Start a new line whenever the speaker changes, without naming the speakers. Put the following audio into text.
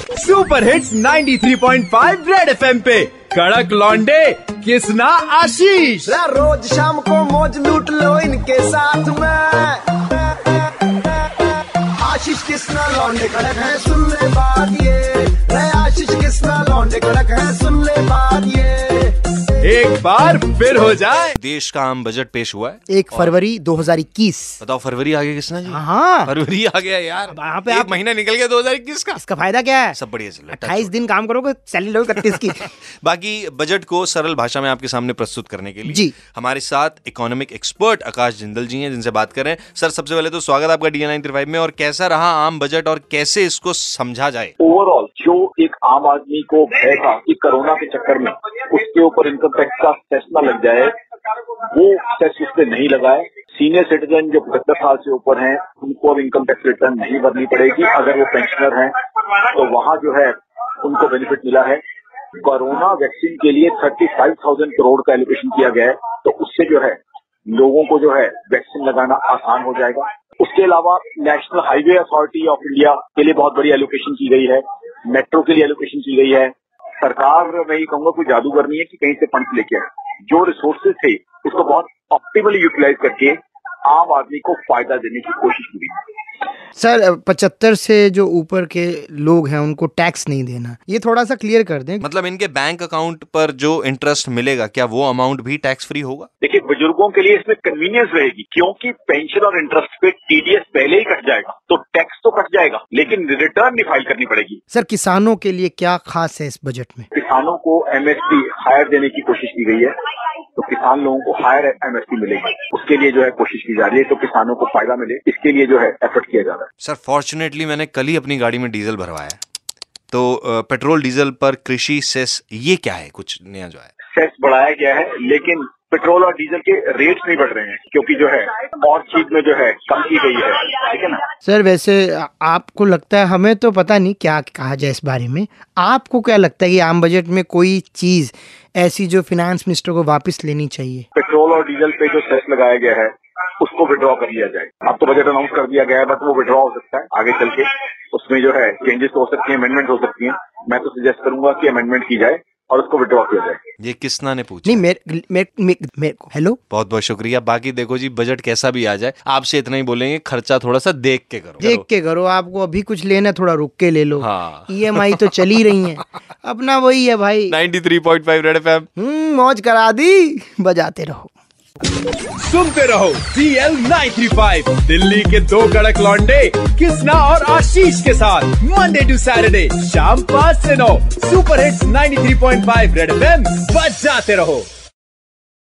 Super hits 93.5 red FM पे कड़क लौंडे किसना आशीष
ला रोज शाम को मौज लूट लो इनके साथ में आशीष किसना लौंडे कड़क है सुन ले बात ये रे आशीष किसना लौंडे कड़क है सुन ले बात ये
एक बार फिर हो जाए
देश का आम बजट पेश हुआ है
एक फरवरी 2021
बताओ फरवरी आ गया किसना जी
हाँ
फरवरी आ गया यार
यहाँ पे
एक
आप-
महीना निकल गया 2021 का
इसका फायदा क्या है
सब अच्छा बढ़िया चल रहा है
अट्ठाईस दिन काम करोगे सैलरी लोगे इकतीस की
बाकी बजट को सरल भाषा में आपके सामने प्रस्तुत करने के लिए
जी।
हमारे साथ इकोनॉमिक एक्सपर्ट आकाश जिंदल जी हैं जिनसे बात कर रहे हैं सर सबसे पहले तो स्वागत आपका डी नाइन में और कैसा रहा आम बजट और कैसे इसको समझा जाए
ओवरऑल जो एक आम आदमी को भय था कि कोरोना के चक्कर में उसके ऊपर इनकम टैक्स का सेस ना लग जाए वो सेस उसने नहीं लगाए सीनियर सिटीजन जो पचहत्तर साल से ऊपर हैं उनको अब इनकम टैक्स रिटर्न नहीं भरनी पड़ेगी अगर वो पेंशनर हैं तो वहां जो है उनको बेनिफिट मिला है कोरोना वैक्सीन के लिए थर्टी फाइव थाउजेंड करोड़ का एलोकेशन किया गया है तो उससे जो है लोगों को जो है वैक्सीन लगाना आसान हो जाएगा उसके अलावा national highway authority of India के लिए बहुत बड़ी एलोकेशन की गई है मेट्रो के लिए एलोकेशन की गई है सरकार मैं ये कहूंगा कोई जादूगर नहीं है कि कहीं से फंड लेके आए जो रिसोर्सेज थे उसको बहुत ऑप्टिमली यूटिलाइज करके आम आदमी को फायदा देने की कोशिश की गई
सर पचहत्तर से जो ऊपर के लोग हैं उनको टैक्स नहीं देना ये थोड़ा सा क्लियर कर दें
मतलब इनके बैंक अकाउंट पर जो इंटरेस्ट मिलेगा क्या वो अमाउंट भी टैक्स फ्री होगा
देखिए बुजुर्गों के लिए इसमें कन्वीनियंस रहेगी क्योंकि पेंशन और इंटरेस्ट पे टीडीएस पहले ही कट जाएगा तो टैक्स तो कट जाएगा लेकिन रिटर्न नहीं फाइल करनी पड़ेगी
सर किसानों के लिए क्या खास है इस बजट में
किसानों को एमएसपी हायर देने की कोशिश की गई है तो किसान लोगों को हायर एमएसपी मिलेगी उसके लिए जो है कोशिश की जा रही है तो किसानों को फायदा मिले इसके लिए जो है एफर्ट किया जा रहा है
सर फॉर्चुनेटली मैंने कल ही अपनी गाड़ी में डीजल भरवाया है। तो अ, पेट्रोल डीजल पर कृषि सेस ये क्या है कुछ नया जो है
सेस बढ़ाया गया है लेकिन पेट्रोल और डीजल के रेट्स नहीं बढ़ रहे हैं क्योंकि जो है और चीज में जो है कम की गई है ठीक है ना
सर वैसे आ- आपको लगता है हमें तो पता नहीं क्या कहा जाए इस बारे में आपको क्या लगता है कि आम बजट में कोई चीज़ ऐसी जो फिनेंस मिनिस्टर को वापस लेनी चाहिए
पेट्रोल और डीजल पे जो सेस लगाया गया है उसको विड्रॉ कर लिया जाए अब तो बजट अनाउंस कर दिया गया है बट वो विड्रॉ हो सकता है आगे चल के उसमें जो है चेंजेस हो सकती है अमेंडमेंट हो सकती है मैं तो सजेस्ट करूंगा कि अमेंडमेंट की जाए और उसको विड्रॉ किया जाए
ये किसना ने पूछा
नहीं मेरे मेरे मेरे- मेरे को हेलो
बहुत बहुत शुक्रिया बाकी देखो जी बजट कैसा भी आ जाए आपसे इतना ही बोलेंगे खर्चा थोड़ा सा देख के करो
देख के करो आपको अभी कुछ लेना है, थोड़ा रुक के ले लो
हाँ।
ईएमआई तो चल ही रही है अपना वही है भाई
93.5 रेड एफएम
हम्म, मौज करा दी बजाते रहो
सुनते रहो DL 935 दिल्ली के दो कड़क लौंडे किसना और आशीष के साथ मंडे टू सैटरडे शाम 5 से 9 सुपर हिट्स 93.5 रेड एफएम बजाते रहो